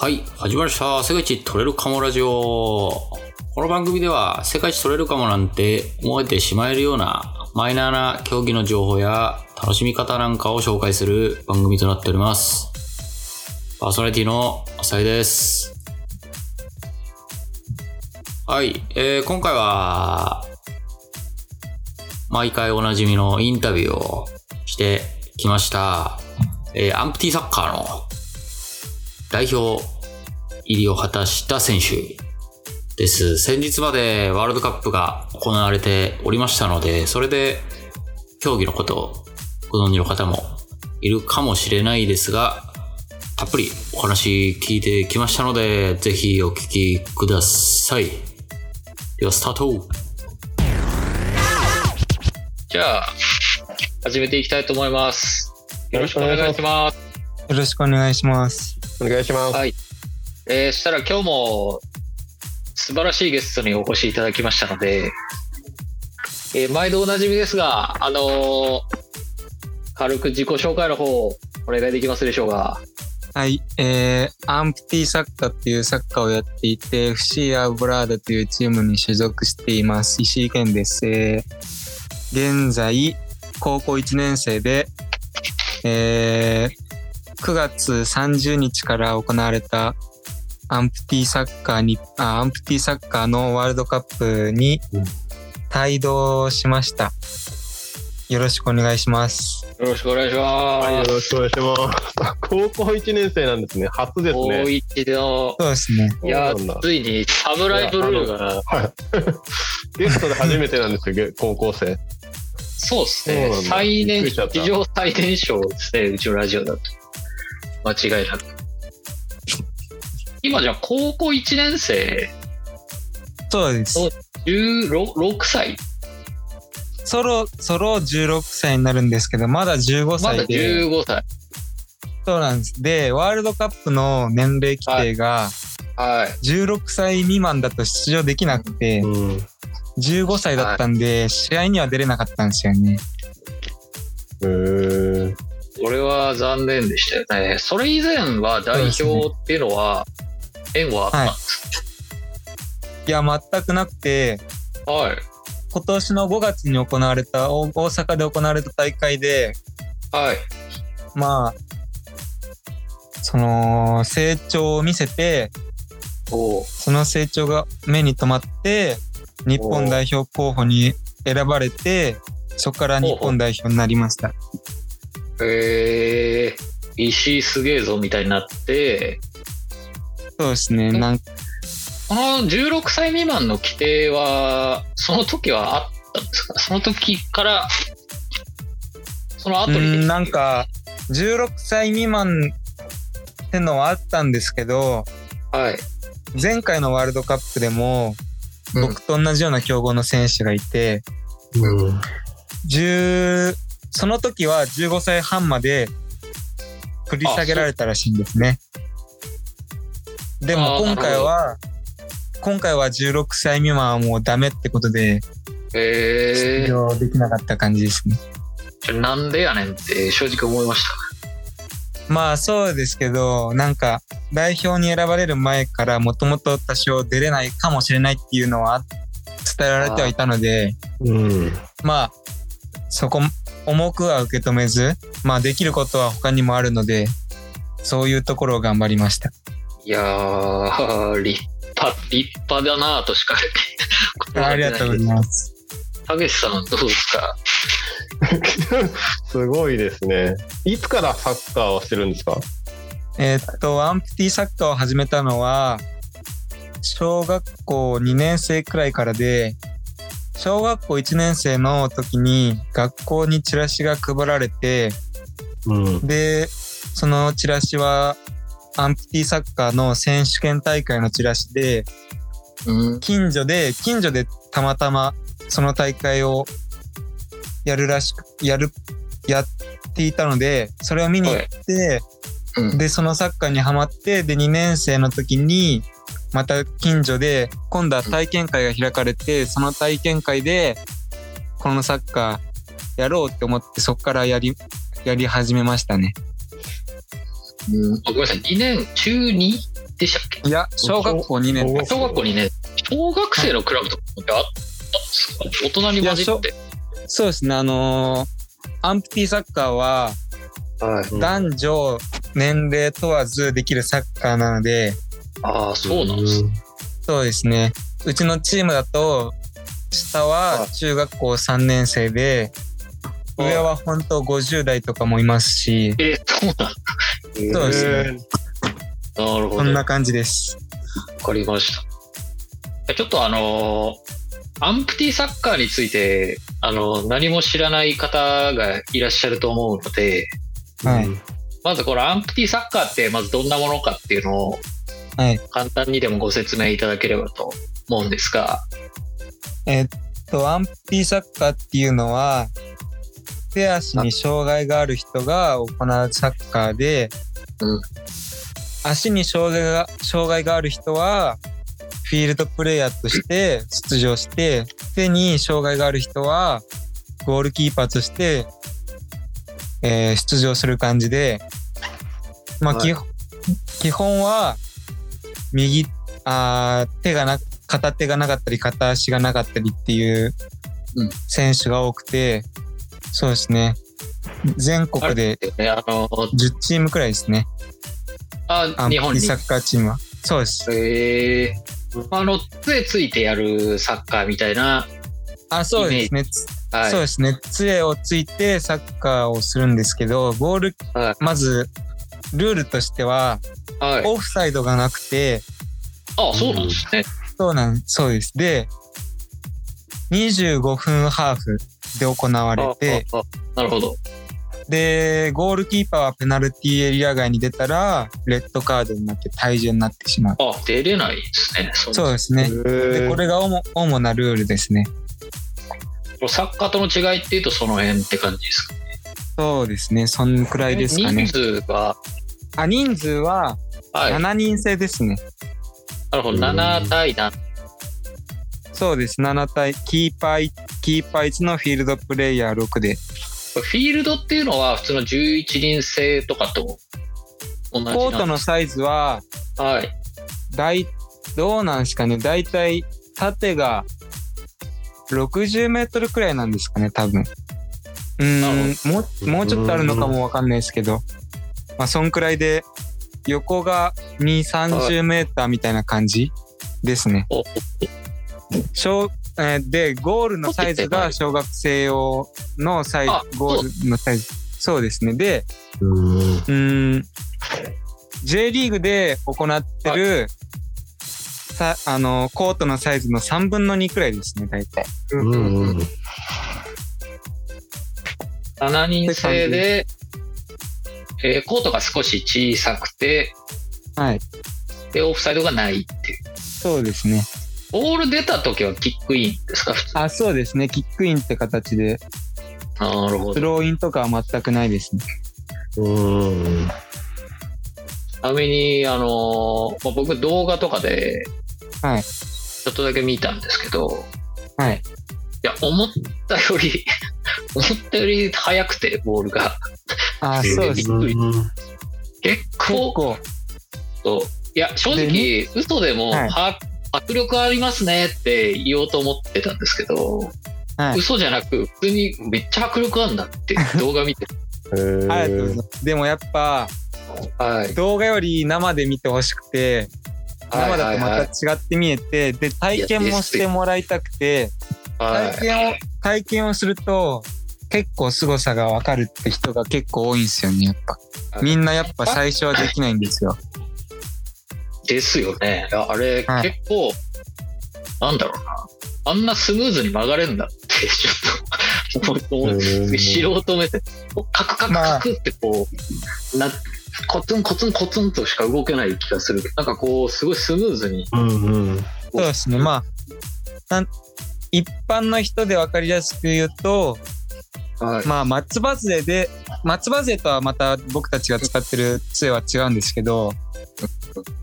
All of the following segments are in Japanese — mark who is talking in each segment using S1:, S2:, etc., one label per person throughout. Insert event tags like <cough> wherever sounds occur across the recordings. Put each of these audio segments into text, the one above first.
S1: はい、始まりました。世界一取れるかもラジオ。この番組では、世界一取れるかもなんて思えてしまえるような、マイナーな競技の情報や、楽しみ方なんかを紹介する番組となっております。パーソナリティの浅井です。はい、えー、今回は、毎回おなじみのインタビューをしてきました。えー、アンプティサッカーの代表入りを果たした選手です。先日までワールドカップが行われておりましたので、それで競技のことをご存知の方もいるかもしれないですが、たっぷりお話聞いてきましたので、ぜひお聞きください。では、スタートじゃあ、始めていきたいと思います。よろしくお願いします。
S2: よろしくお願いします。
S3: お願いします。
S1: はいえー、したら今日も素晴らしいゲストにお越しいただきましたので、えー毎度おなじみですが、あのー軽く自己紹介の方、お願いできますでしょうか。
S2: はい、えー、アンプティサッカーっていうサッカーをやっていて、FC アウブラーダというチームに所属しています。石井健です。えー現在、高校1年生で、えー9月30日から行われたアンプティサッカーに、あアンプティサッカーのワールドカップに
S1: うん
S2: 帯同しました。よろしくお願いします。
S1: よろしくお願いします。
S3: はい、よろしくお願いします。高校1年生なんですね。初です
S1: 大
S3: ね。
S1: 一の、
S2: そうですね。
S1: いや
S3: そうなんだ、
S1: ついにサムライブルーが、
S3: ゲストで初めてなんですよ、 <laughs> ゲ高校生。
S1: そうです
S3: そう
S1: ね
S3: なん、だ
S1: 最
S3: びっ
S1: 年
S3: くりしちゃった
S1: 史上最年少ですね、うちのラジオだと。間違いなく。今じゃあ高校1年生、
S2: そうです。
S1: 16 6歳
S2: そろそろ16歳になるんですけどまだ15
S1: まだ
S2: 歳で、
S1: 15歳。
S2: そうなんですでワールドカップの年齢規定が
S1: はい。
S2: 16歳未満だと出場できなくて
S3: うん。
S2: 15歳だったんで試合には出れなかったんですよね
S3: えー、
S1: これは残念でしたよね。それ以前は代表っていうのは、縁はあったんです
S2: いや全くなくて
S1: かはい。
S2: 今年の5月に行われた大大阪で行われた大会で
S1: はい。
S2: まあその成長を見せて
S1: おう
S2: その成長が目に留まって日本代表候補に選ばれてそこから日本代表になりました
S1: えー、石井すげえぞみたいになって、
S2: そうですね
S1: ん
S2: なん
S1: この16歳未満の規定は、その時はあったんですかその時から、その後に
S2: うんなん、か16歳未満ってのはあったんですけど
S1: はい。
S2: 前回のワールドカップでも
S1: うん
S2: 僕と同じような競合の選手がいて、
S3: うん。
S2: 10その時は15歳半まで繰り下げられたらしいんですね。で
S1: あ
S2: も
S1: ー
S2: 今回は今回は16歳未満はもうダメってことで
S1: え
S2: 出
S1: ー、
S2: 場できなかった感じですね。
S1: じゃあなんでやねんって正直思いまし
S2: まあそうですけどなんか代表に選ばれる前からもともと多少出れないかもしれないっていうのは伝えられてはいたので
S3: うん。 <laughs>
S2: まあそこ重くは受け止めずまあできることは他にもあるのでそういうところを頑張りました
S1: た。いや
S4: <laughs>
S1: ー、立派、立派だなぁとしか言わ
S2: あ
S1: れ
S2: り
S1: て
S2: が
S1: ない
S2: とうございます
S1: たけしさんどうですか
S3: すごいですね。いつからサッカーをしてるんですか
S2: えーっとアンプティサッカーを始めたのは小学校2年生くらいからで小学校1年生の時に学校にチラシが配られて
S3: うん。
S2: でそのチラシはアンプティサッカーの選手権大会のチラシで
S1: うん。
S2: 近所で近所でたまたまその大会をやるらしくやるやっていたのでそれを見に行って、
S1: うん
S2: でそのサッカーにはまってで2年生の時にまた近所で今度は体験会が開かれてその体験会でこのサッカーやろうって思ってそっからやりやり始めましたね。
S1: うんあごめんなさい、2年、中 2?
S4: でしたっけ
S2: いや、小学校2年。
S4: 小学校にね、小学生のクラブとかってあったんですか大人に混じって。
S2: そうですね、あのーアンプティサッカーは
S4: はい。
S3: うん
S2: 男女年齢問わずできるサッカーなので、
S4: ああ、そうなんです。
S2: そうですね。うちのチームだと、下は中学校3年生で、
S4: はい
S2: 上は本当50代とかもいますし、
S4: えー、そうなん
S2: そうですね
S3: えー
S4: なるほ
S2: こ
S4: ど。
S2: ん
S4: わ
S2: な感じです。
S4: かりました。ちょっとあのーアンプティサッカーについて、あのー何も知らない方がいらっしゃると思うので、
S2: はい。
S4: まずこのアンプティサッカーって、まずどんなものかっていうのを、
S2: はい
S4: 簡単にでもご説明いただければと思うんですが、
S2: えっと、アンプティサッカーっていうのは、手足に障害がある人が行うサッカーで、
S4: うん
S2: 足に障害が障害がある人は、フィールドプレイヤーとして出場して、手に障害がある人は、ゴールキーパーとして、えー出場する感じで、まあ、
S3: はい
S2: 基本基本は、右、あー手がな片手がなかったり片足がなかったりっていう
S4: うん
S2: 選手が多くて、そうですね全国で
S4: ね、あのー
S2: 10チームくらいですねア
S4: あ
S2: ンプ
S4: 日
S2: テ
S4: 本
S2: ィ
S4: に。
S2: サッカーチームはそうです
S4: えー、あの、杖ついてやるサッカーみたいな、
S2: あそうですね、
S4: はい
S2: そうですね杖をついてサッカーをするんですけどボール、
S4: はい
S2: まずルールとしては
S4: はい、
S2: オフサイドがなくて
S4: あそうなんですね。
S2: そうなんそうですで25分ハーフで行われて
S4: あああなるほど。
S2: で、ゴールキーパーはペナルティーエリア外に出たら、レッドカードになって退場になってしまう。
S4: あ出れないですね。そう
S2: そうですね。で、これが主主なルールですね。
S4: サッカーとの違いっていうと、その辺って感じですか,、
S2: そうですね。そんくらいですか
S4: 人
S2: ね。
S4: 数が、
S2: あ、人数は
S4: はい、な
S2: 7人制ですね。
S4: るほど、7対7。
S2: そうです。7対、キーパーい、キーパー1のフィールドプレイヤー6で。
S4: フィールドっていうのは、普通の11人制とかと同じなん
S2: コートのサイズは、
S4: はい。
S2: だい、どうなんですかね。だいたい縦が60メートルくらいなんですかね、多分。う
S4: なる
S2: ーん、もう、もうちょっとあるのかもわかんないですけど、まあ、そんくらいで、横が2、30メーターみたいな感じですね。
S4: お
S2: 小えーで、ゴールのサイズが小学生用のサイ
S4: あ
S2: ズ、ゴールのサイズ。そうですね。で、
S1: うん。
S2: うーん J リーグで行ってる、さあのコートのサイズの3分の2くらいですね大体
S1: うん。うん。
S4: 7人制で、えーコートが少し小さくて、
S2: はい
S4: で、オフサイドがないっていう。
S2: そうですね
S4: ボール出た時はキックインですか普通
S2: あそうですねキックインって形で
S4: なるほ
S2: ス
S4: ど。ち
S2: ローインとかは全くないですね
S1: うん。
S4: なみに、あのーまあ僕動画とかで、
S2: はい
S4: ちょっとだけ見たんですけど、
S2: はい
S4: いや、思ったより、 <laughs> 思ったより速くて、ボールが。
S2: あそうです
S4: ね
S1: うん
S2: 結
S4: 結構、
S2: 構
S4: いや、正直、嘘でも、
S2: はい
S4: は迫力ありますねって言おうと思ってたんですけど、
S2: はい
S4: 嘘じゃなく、普通にめっちゃ迫力あるんだって、動画見て。
S2: ありがとうございますでもやっぱ
S4: はい。
S2: 動画より生で見てほしくて生だと
S4: はい
S2: また違って見えてで体験もしてもらいたくて
S4: はいはい
S2: 体験を体験をすると結構凄さが分かるって人が結構多いんですよねやっぱ
S4: はい
S2: みんなやっぱ最初はできないんですよ
S4: ですよね。いやあれ、
S2: はい
S4: 結構、なんだろうな。あんなスムーズに曲がれるんだって、ちょっともう、もう素人目で、こうカクカクカクってこう、な、コツンコツンコツンとしか動けない気がする。なんかこう、すごいスムーズに。
S1: うん。うん。
S2: そうですねまあなん一般の人で分かりやすく言うと、
S4: はい。
S2: まあ、松葉杖で松葉杖とはまた僕たちが使ってる杖は違うんですけど、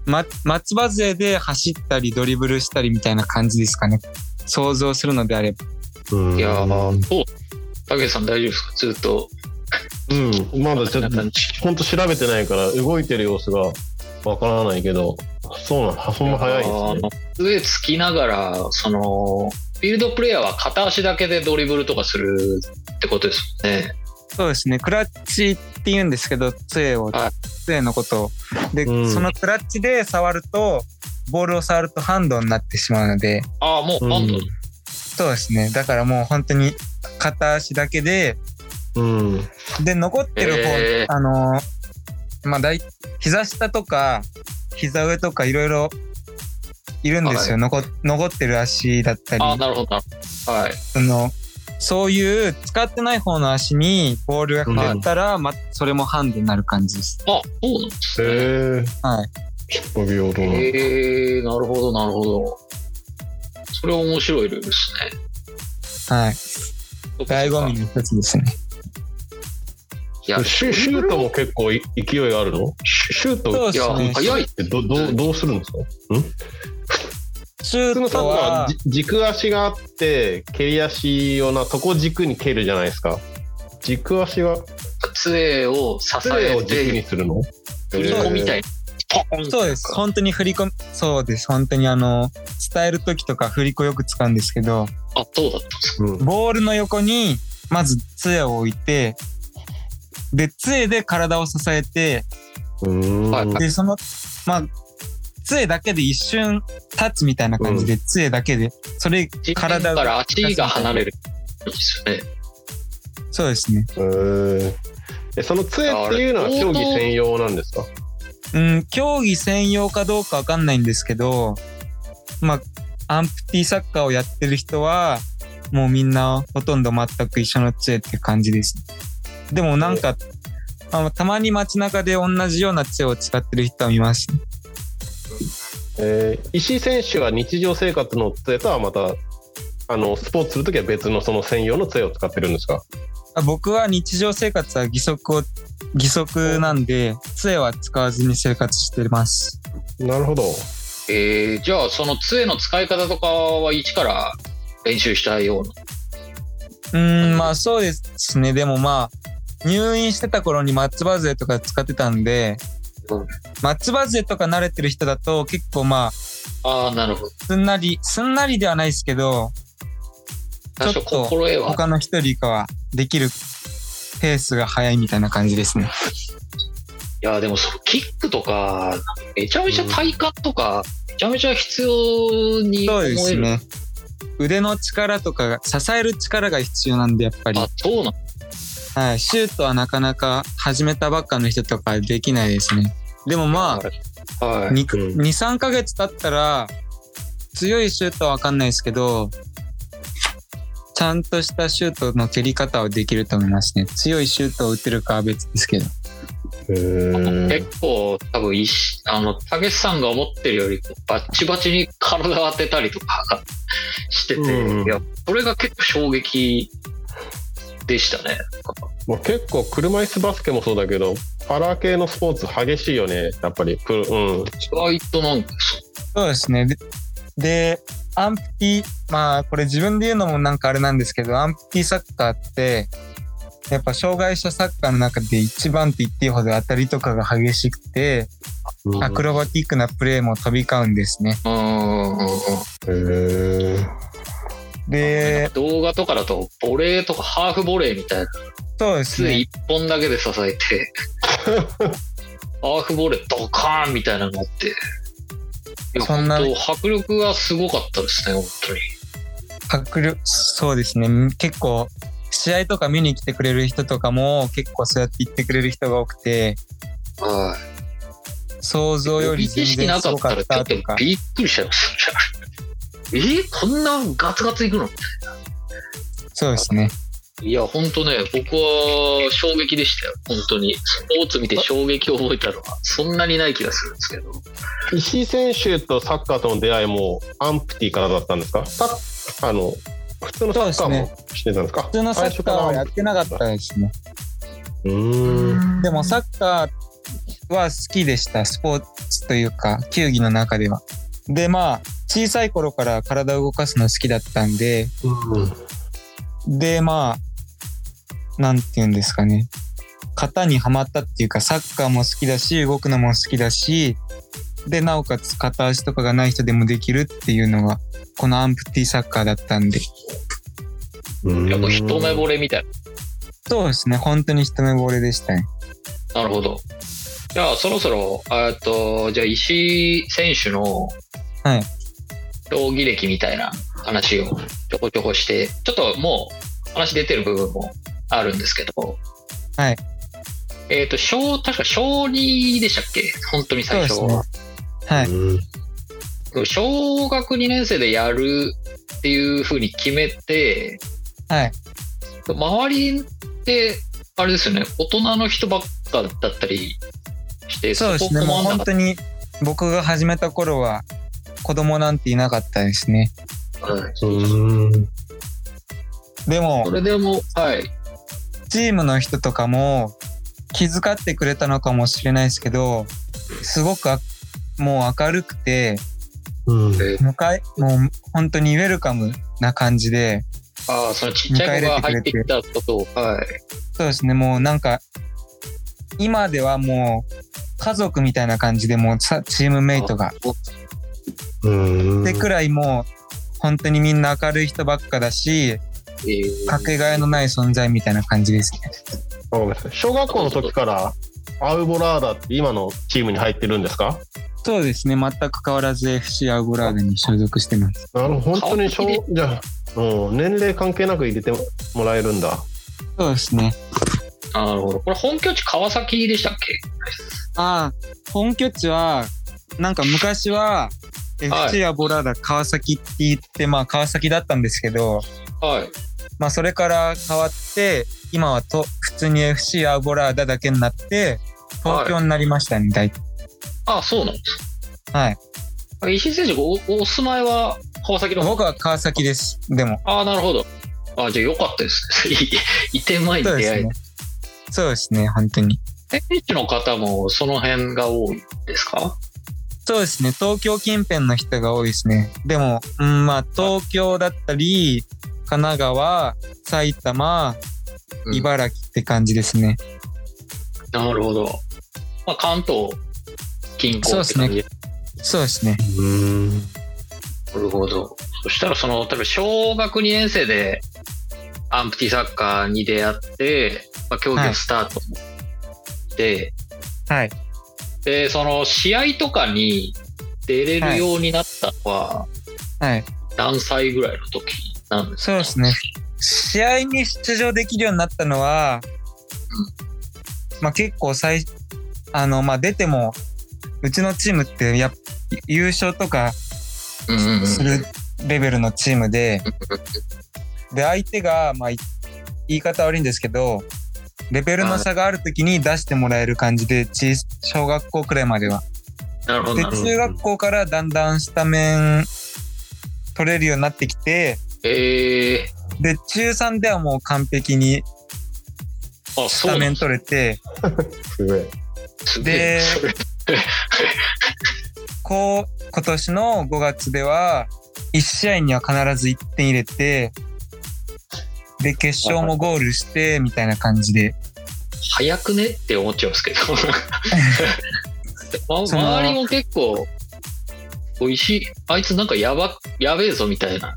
S2: ま、松葉杖で走ったりドリブルしたりみたいな感じですかね想像するのであれば
S1: うん
S4: いやー、そう。たけさん大丈夫ですかずっと。
S3: うん、まだちょっと
S4: 感じ。
S3: 本当調べてないから動いてる様子がわからないけどそうなんそんな早いんですね。
S4: 杖つきながら、その、フィールドプレイヤーは片足だけでドリブルとかするってことですもんね。
S2: そうですねクラッチって言うんですけど杖を
S4: はい
S2: 杖のことをで、
S3: うん
S2: そのクラッチで触るとボールを触るとハンドになってしまうので
S4: ああ、もう、
S3: うん
S4: バンド。
S2: そうですねだからもう本当に片足だけで
S3: うん。
S2: で残ってる方、
S4: へー
S2: あのーまあ大膝下とか膝上とかいろいろいるんですよ、残残ってる足だったり
S4: ああ、なるほど、なるほど。はい。
S2: そのそういう使ってない方の足にボールが触ったら、まそれもハンドになる感じです。
S4: あ、そうなんですね。
S3: へえ。
S2: はい。
S3: 5秒どうなんだ
S4: へえなるほど、なるほど。それは面白いルールですね。
S2: はい。
S4: そっか
S2: 醍醐味の一つですね。
S4: いや、
S3: シュシュートも結構い勢いがあるのシュシュー
S2: そ
S3: ト
S2: う
S3: っ
S2: です
S4: い
S2: ね
S4: や。早いって
S3: どどうどうするんですか普
S2: シュ
S3: 通の
S2: ー
S3: サッカ
S2: ト
S3: ーは
S2: は
S3: じ軸足があって蹴り足をなそこを軸に蹴るじゃないですか軸足は
S4: 杖を支
S3: 杖
S4: え
S3: を軸に
S4: て、
S3: するの
S4: 振り子みたい
S3: い
S4: に、ポンって
S2: そうです。本当に振り込み、そうです。本当にあの、伝える時とか振り子よく使うんですけど、
S4: あ、そうだったんですか。
S3: うん
S2: ボールの横に、まず杖を置いて、で、杖で体を支えて、
S3: うん
S4: はいは
S2: で、その、まあ、杖だけで一瞬タッチみたいな感じで、杖だけで、それ、
S4: 地面
S2: 体を
S4: から足が離れる。いいですよね。
S2: そうですね。
S3: へーえその杖っていうのは競技専用なんですか
S2: うん、競技専用かどうかわかんないんですけど、まあ、アンプティサッカーをやってる人は、もうみんなほとんど全く一緒の杖って感じです。でもなんか、あのたまに街中で同じような杖を使ってる人は見ます。
S3: えー石井選手は日常生活の杖とはまたあのスポーツするときは別のその専用の杖を使ってるんですか
S2: あ僕は日常生活は義足を、義足なんで、杖は使わずに生活してます。
S3: なるほど
S4: えー、じゃあ、その杖の使い方とかは一から練習したような。
S2: うーん、まあそうですね。でもまあ、入院してた頃に松葉杖とか使ってたんで
S4: うん、
S2: 松葉杖とか慣れてる人だと結構まあ、
S4: ああ、なるほど。
S2: すんなり、すんなりではないですけど、
S4: 多少心得は。
S2: 他の人よりかはできるペースが早いみたいな感じですね。
S4: いや、でもそのキックとか、めちゃめちゃ体幹とか、めちゃめちゃ必要に
S2: そ
S4: 思
S2: うで
S4: え
S2: す
S4: る。
S2: ね。腕の力とかが、支える力が必要なんで、やっぱり
S4: あ。、そうなん
S2: はい。シュートはなかなか始めたばっかの人とかできないですね。でもまあ、
S4: あ、はい。
S3: うん
S2: 23ヶ月経ったら強いシュートは分かんないですけどちゃんとしたシュートの蹴り方はできると思いますね強いシュートを打てるかは別ですけど
S3: へー
S4: 結構多分いしあのたけしさんが思ってるよりバッチバチに体を当てたりとかしてて、
S3: うんうん
S4: いやそれが結構衝撃でしたね
S3: まあ、結構車椅子バスケもそうだけどパラ系のスポーツ激しいよねやっぱりプロうん
S4: 意外となんか
S2: そうですねででアンプティまあこれ自分で言うのもなんかあれなんですけどアンプティサッカーってやっぱ障害者サッカーの中で一番って言っていいほど当たりとかが激しくて
S3: うん
S2: アクロバティックなプレーも飛び交うんですね
S4: うーん
S3: へー
S2: で
S4: 動画とかだとボレーとかハーフボレーみたいな
S2: そうです
S4: 杖
S2: ね
S4: 一本だけで支え <laughs> てハーフボレードカーンみたいなのがあっていや
S2: そんな
S4: 本当迫力がすごかったですね本当に
S2: 迫力そうですねん結構試合とか見に来てくれる人とかも結構そうやって言ってくれる人が多くて
S4: はい
S2: 想像より全
S4: 知識
S2: 然
S4: な
S2: す
S4: かっ
S2: ごか
S4: たら
S2: った
S4: ちょ
S2: と
S4: っと
S2: か
S4: びっくりしちゃいました。えーこんなガツガツいくの
S2: そうですね
S4: いや、ほんとね、僕は衝撃でしたよ。本当に。スポーツ見て衝撃を覚えたのは、そんなにない気がするんですけど。
S3: 石井選手とサッカーとの出会いもアンプティからだったんですかサッあの普通のサッカーもしてたんですか
S2: 普通のサッカーはやってなかったですね
S3: うーん
S2: でもサッカーは好きでしたスポーツというか球技の中ではでまあ小さい頃から体を動かすの好きだったんででまあなんて言うんですかね型にはまったっていうかサッカーも好きだし動くのも好きだしで、なおかつ片足とかがない人でもできるっていうのが、このアンプティサッカーだったんで。
S3: うん
S4: やっぱ一目惚れみたい
S2: そうですね、本当に一目惚れでしたね。
S4: な。なるほど。じゃあ、そろそろ、えっと、じゃあ、石井選手の、
S2: はい
S4: 競技歴みたいな話をちょこちょこして、ちょっともう、話出てる部分もあるんですけど、
S2: はい。
S4: えっと、小、確か小2でしたっけ本当に最初
S2: そうですねはい。
S3: うん
S4: 小学2年生でやるっていうふうに決めて、
S2: はい。
S4: 周りって、あれですよね、大人の人ばっかだったりして、
S2: そうですね、
S4: こ
S2: もう
S4: 困んな
S2: 本
S4: かった
S2: 当に僕が始めた頃は、子供なんていなかったですね。
S4: はい
S3: うん
S2: でも
S4: そ、れでも、はい。
S2: チームの人とかも気遣ってくれたのかもしれないですけどすごくあもう明るくて
S3: うん
S2: 迎えもう本当にウェルカムな感じで
S4: ああ、そのちっちゃい子が入ってきたことを、はい。
S2: そうですねもうなんか今ではもう家族みたいな感じでもうさチームメイトが。
S3: うん
S2: でくらいもう本当にみんな明るい人ばっかだし
S4: えー
S2: かけがえのない存在みたいな感じですね。
S3: あごめんなさい小学校の時からアウボラーダって今のチームに入ってるんですか
S2: そうですね全く変わらず FC アウグラーデンに所属してます。
S3: なるほど本当に小
S4: 顔
S3: じゃあ、うん、年齢関係なく入れてもらえるんだ
S2: そうですね
S4: なるほど。これ本拠地川崎でしたっけ
S2: ああ本拠地はなんか昔は
S4: はい
S2: FC アボラーダ川崎って言ってまあ川崎だったんですけど
S4: はい。
S2: まあそれから変わって今はと普通に FC アボラーダだけになって東京になりましたね大体
S4: ああ、そうなんです。
S2: はい
S4: 石井選手、おお住まいは川崎の方
S2: 僕は川崎ですでも
S4: ああ、なるほど。ああ、じゃあよかったです <laughs> ね。移転前に
S2: そうで
S4: 出
S2: す
S4: 会え
S2: ねそうですね本当に
S4: て。選手の方もその辺が多いですか
S2: そうですね東京近辺の人が多いですねでもうんまあ東京だったり神奈川埼玉
S4: うん
S2: 茨城って感じですね、
S4: なるほど。まあ、関東近
S2: そうで
S4: 郊って
S2: すね
S4: 感じ
S2: そうですね
S3: うん
S4: なるほど。そしたら、その、多分小学2年生でアンプティサッカーに出会って、まあ、競技をスタートして、
S2: はい。
S4: で、その、試合とかに出れるようになったのは、
S2: はい。
S4: 何歳ぐらいの時なんですか
S2: そうですね。試合に出場できるようになったのは、まあ結構最、あの、まあ出ても、うちのチームってやっ優勝とか
S4: うんうんうん
S2: するレベルのチームで、で、相手が、まあ、い言い方悪いんですけど、レベルの差がある時に出してもらえる感じで、ち小学校くらいまでは。
S4: なるほど、
S2: で、
S4: なるほど。
S2: 中学校からだんだんスタメン取れるようになってきて、
S4: ええ
S2: で中3ではもう完璧に
S4: あ、
S2: ス
S4: そ
S2: タ
S4: うな
S2: メ
S4: ん
S2: ン
S4: です
S2: 取れて
S3: すごい
S4: すげえ
S2: で
S4: それ
S2: こう今年の5月では1試合には必ず1点入れてで決勝もゴールしてみたいな感じで
S4: 早くねって思っちゃうんで
S2: <laughs>
S4: すけどま
S2: その
S4: 周りも結構おいしいあいつなんかやばやべえぞみたいな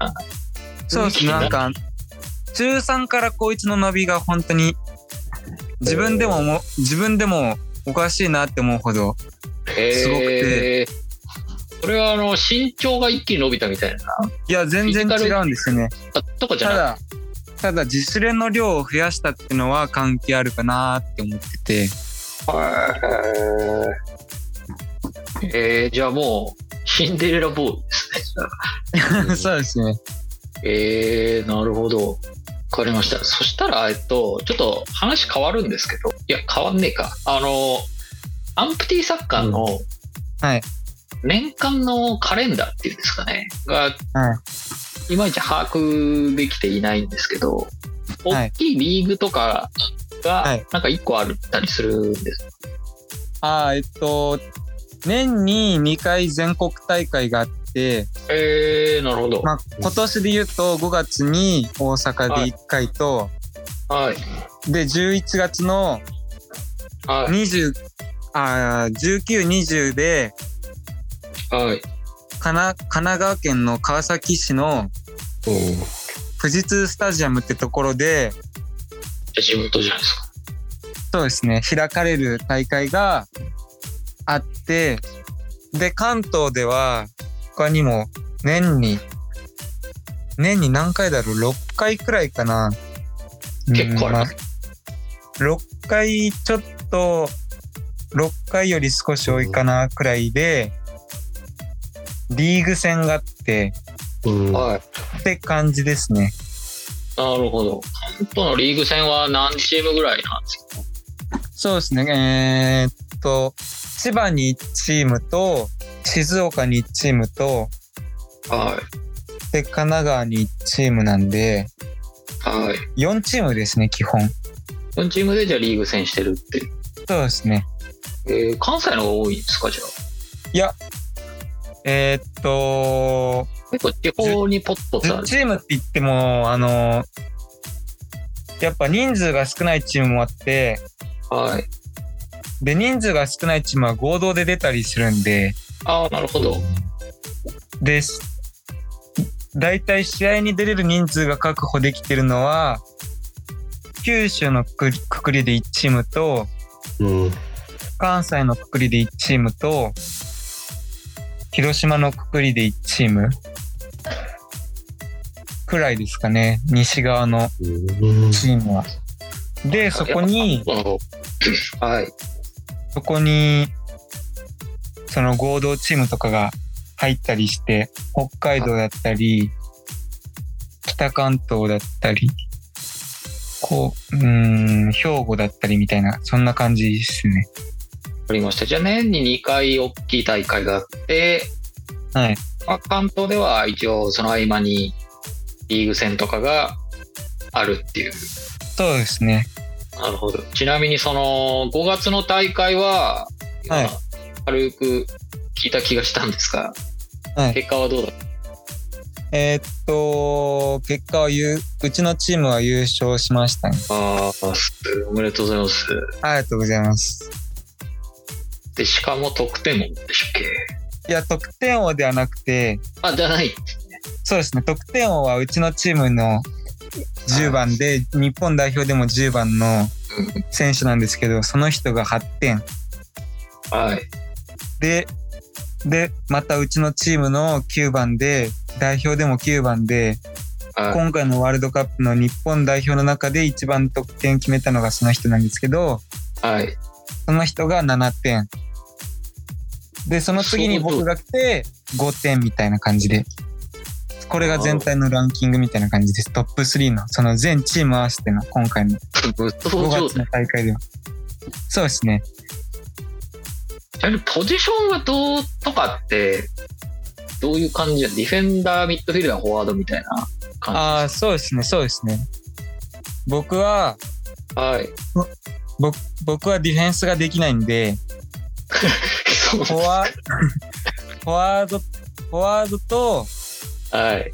S2: そうですねなんか中3からこいつの伸びが本当に自分でもも自分でもおかしいなって思うほどすごくて
S4: えー、それはあの身長が一気に伸びたみたいない
S2: や全然違うんですよね
S4: とかじゃ
S2: た
S4: な
S2: だただ実練の量を増やしたってのは関係あるかなって思ってて
S4: くて、えー、じゃあもうシンデレラボーイです
S2: <laughs>
S4: ね
S2: そうですね。
S4: えー、なるほど。わかりました。そしたら、えっと、ちょっと話変わるんですけど、いや、変わんねえか。あの、アンプティサッカーの、
S2: はい
S4: 年間のカレンダーっていうんですかね、が、、
S2: はい
S4: まいち把握できていないんですけど、
S2: はい
S4: 大きいリーグとかが、
S2: はい
S4: なんか1個あったりするんです。
S2: ああ、えっと、年に2回全国大会があって、
S4: えー、なるほど。
S2: まあ、今年で言うと5月に大阪で1回と、
S4: はい。
S2: で、11月の
S4: はい。
S2: 20、ああ、19、20で
S4: はい。
S2: かな神奈川県の川崎市の
S3: う
S2: 富士通スタジアムってところで、
S4: 地元じゃないですか。
S2: そうですね、開かれる大会があって、で、関東では、他にも年に、年に何回だろう ?6 回くらいかな。
S4: 結構ある
S2: ま6回ちょっと、6回より少し多いかなくらいで、リーグ戦があって、
S3: んうん
S4: はい。
S2: って感じですね。
S4: なるほど。関東のリーグ戦は何チームぐらいなんですか
S2: そうですね。えーっと、千葉に1チームと、静岡に1チームと、
S4: はい。
S2: で、神奈川に1チームなんで、
S4: はい。
S2: 4チームですね、基本。
S4: 4チームでじゃあリーグ戦してるって。
S2: そうですね。
S4: えー、関西の方が多いんですかじゃあ。
S2: えーっと、
S4: 結構地方にポッとってあ
S2: 10
S4: る。
S2: チームって言っても、あの、やっぱ人数が少ないチームもあって、
S4: はい。
S2: で、人数が少ないチームは合同で出たりするんで、
S4: ああ、なるほど。
S2: です。大体試合に出れる人数が確保できてるのは、九州のくくくりで1チームと、
S3: うん
S2: 関西のくくりで1チームと、広島のくくりで1チームくらいですかね、西側の
S3: うん
S2: チームは。で、そこに、
S4: はい。
S2: そこに、その合同チームとかが入ったりして、北海道だったり、北関東だったり、こう、うーん、兵庫だったりみたいな、そんな感じですね。
S4: ありました。じゃあ年に2回大きい大会があって、
S2: はい。
S4: まあ、関東では一応その合間にリーグ戦とかがあるっていう。
S2: そうですね。
S4: なるほど。ちなみにその5月の大会は、
S2: はい
S4: まあ軽く聞いた気がしたんですが、
S2: はい
S4: 結果はどうだっ
S2: えーっと、結果はゆうちのチームは優勝しましたね。
S4: たかすおめでとうございます。
S2: ありがとうございます。
S4: で、しかも得点もでしたっけ
S2: いや、得点王ではなくて、
S4: あ、じゃない。
S2: そうですね、得点王はうちのチームの10番で、日本代表でも10番の
S4: うん
S2: 選手なんですけど、その人が8点。
S4: はい。
S2: で、で、またうちのチームの9番で、代表でも9番で、
S4: はい。
S2: 今回のワールドカップの日本代表の中で一番得点決めたのがその人なんですけど、
S4: はい。
S2: その人が7点。で、その次に僕が来て5点みたいな感じで。これが全体のランキングみたいな感じです。トップ3の、その全チーム合わせての今回の
S4: ぶっ
S2: 5
S4: 飛ぶ状
S2: 月
S4: 態
S2: の大会では。そうですね。
S4: ちなみにポジションはどうとかって、どういう感じなのディフェンダー、ミッドフィルダー、フォワードみたいな
S2: あ
S4: 感
S2: あ、そうですね、そうですね。僕は、
S4: じですかはい。
S2: 僕僕はディフェンスができないんで、
S4: そ
S2: <laughs>
S4: う
S2: フォワフォワード、フォワードと、
S4: はい。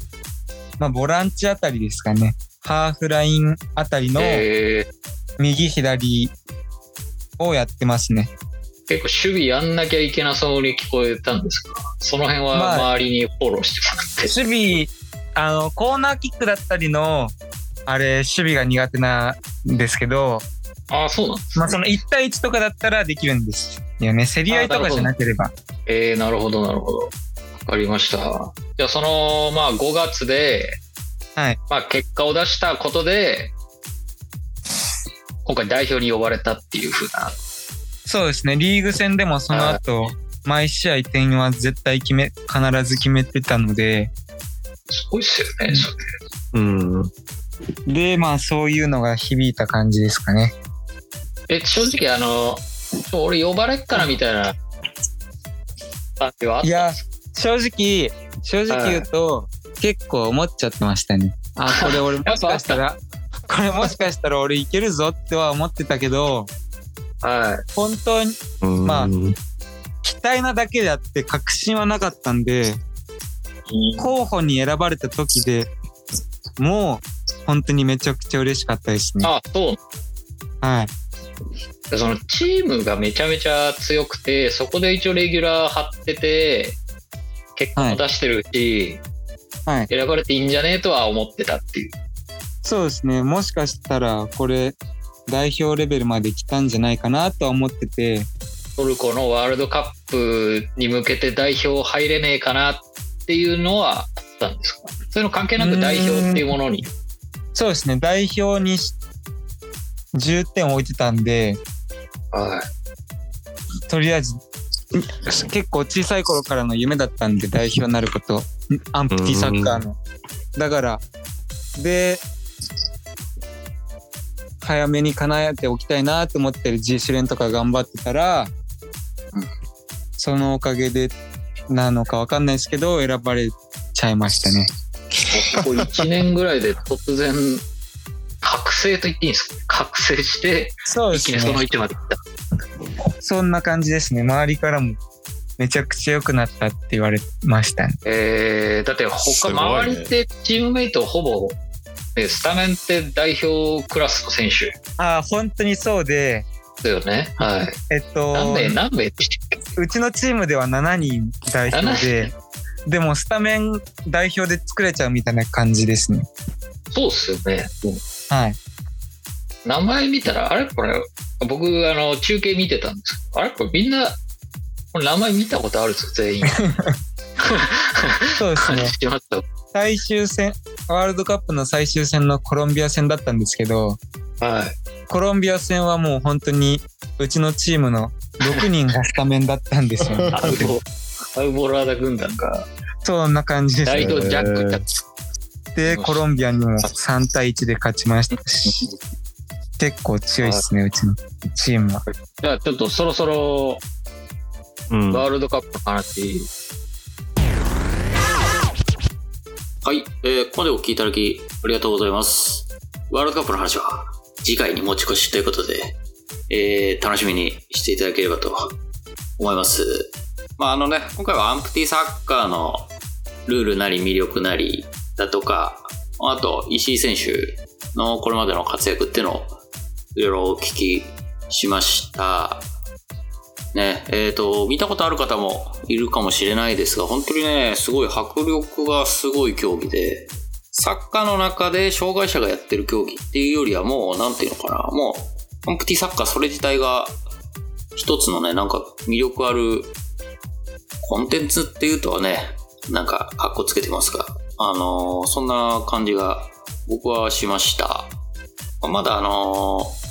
S2: まあ、ボランチあたりですかね。ハーフラインあたりの
S4: えー
S2: 右左をやってますね。
S4: 結構守備やんなきゃいけなそうに聞こえたんですが、その辺
S2: ま
S4: は
S2: あ
S4: 周りにフォローしてもらって。
S2: 守備、あの、コーナーキックだったりの、あれ、守備が苦手なんですけど、
S4: ああ、そうなんです、ね
S2: まあ、その1対1とかだったらできるんですよね。競り合いとかじゃなければ。
S4: えー、なるほど、なるほど。わかりました。じゃあ、その、まあ、5月で、
S2: はい。
S4: まあ、結果を出したことで、今回代表に呼ばれたっていうふうな。
S2: そうですね。リーグ戦でもその後、毎試合点は絶対決め、必ず決めてたので、
S4: すごいっすよ
S2: う
S4: ね、
S2: ん
S4: それ
S3: うん
S2: で、まあそういうのが響いた感じですかね。
S4: え正直あの俺呼ばれっからみたいな感じはあっ
S2: い
S4: た
S2: や、正直、正直言うと、結構思っちゃってましたね。あ、これ俺
S4: ぱあ
S2: も
S4: っ
S2: したか <laughs> したら、これもしかしたら俺いけるぞっては思ってたけど、
S4: はい
S2: 本当に
S3: うん
S2: まあ
S3: うん
S2: 期待なだけであって確信はなかったんで、候補に選ばれた時でもう、本当にめちゃくちゃ嬉しかったですね。
S4: あそ
S2: はい。
S4: うそのチームがめちゃめちゃ強くてそこで一応レギュラー張ってて結果も出してるし、
S2: はい。
S4: 選ばれていいんじゃねえとは思ってたっていう。
S2: そうですね。もしかしたら、これ、代表レベルまで来たんじゃないかなとは思ってて、
S4: トルコのワールドカップに向けて代表入れねえかなっていうのはあったんですかそういうの関係な
S2: うー
S4: く
S2: ん
S4: 代表っていうものに。
S2: そうですね。代表にし10点置いてたんで、
S4: は
S2: とりあえず、ん結構小さい頃からの夢だったんで、代表になること。んアンプティサッカーの。だから、で、早めに叶えておきたいなと思ってる自主練とか頑張ってたら、
S4: うん
S2: そのおかげでなのかわかんないですけど、選ばれちゃいましたね。
S4: い。ここ1年ぐらいで突然、覚醒と言っていいんですか覚醒して、
S2: そうで
S4: 一
S2: す
S4: 気
S2: ね。
S4: にその位置まで来た。
S2: そんな感じですね。周りからもめちゃくちゃ良くなったって言われましたね。
S4: えーだって
S3: す
S4: 他、
S3: ごいね
S4: 周りってチームメイトほぼ、ねスタメンって代表クラスの選手
S2: ああ、本当にそうで、
S4: だよね。はい。
S2: えっと、
S4: 何名、何名でしたっけ
S2: うちのチームでは7人代表で、でもスタメン代表で作れちゃうみたいな感じですね。
S4: そうっすよね。うん
S2: はい。
S4: 名前見たら、あれこれ、僕、あの、中継見てたんですけど、あれこれみんな、これ名前見たことあるんですよ、
S2: <laughs>
S4: 全員。
S2: そうです <laughs>
S4: 感
S2: ね
S4: じ。しました。
S2: 最終戦、ワールドカップの最終戦のコロンビア戦だったんですけど、
S4: はい。。
S2: コロンビア戦はもう本当にうちのチームの6人がスタメンだったんですよ、 <laughs> ね
S4: アウボ、アウボラーダ軍団が、
S2: そんな感じです
S4: ラ
S2: ね
S4: イ。トジャックだっ
S2: で、コロンビアにも3対1で勝ちましたし、結構強いですね、うちのチームは。
S4: たじゃあ、ちょっとそろそろ、
S3: うん
S4: ワールドカップの話、
S1: はい、えーここまでお聞きいただきありがとうございます。ワールドカップの話は次回に持ち越しということで、えー楽しみにしていただければと思います。まああのね、今回はアンプティサッカーのルールなり魅力なりだとか、あと石井選手のこれまでの活躍っていうのをいろいろお聞きしました。ね、えっ、と、見たことある方もいるかもしれないですが、本当にね、すごい迫力がすごい競技で、サッカーの中で障害者がやってる競技っていうよりはもう、なんていうのかな、もう、アンプティサッカーそれ自体が一つのね、なんか魅力あるコンテンツっていうとはね、なんかかっこつけてますが、あのーそんな感じが僕はしました。まあまだあのー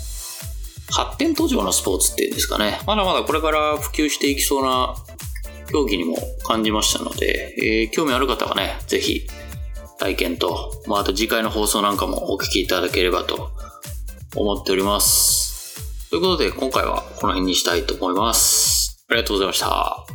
S1: 発展途上のスポーツっていうんですかね、まだまだこれから普及していきそうな競技にも感じましたので、えー興味ある方はね、ぜひ体験と、まあ、あと次回の放送なんかもお聞きいただければと思っております。ということで、今回はこの辺にしたいと思います。ありがとうございました。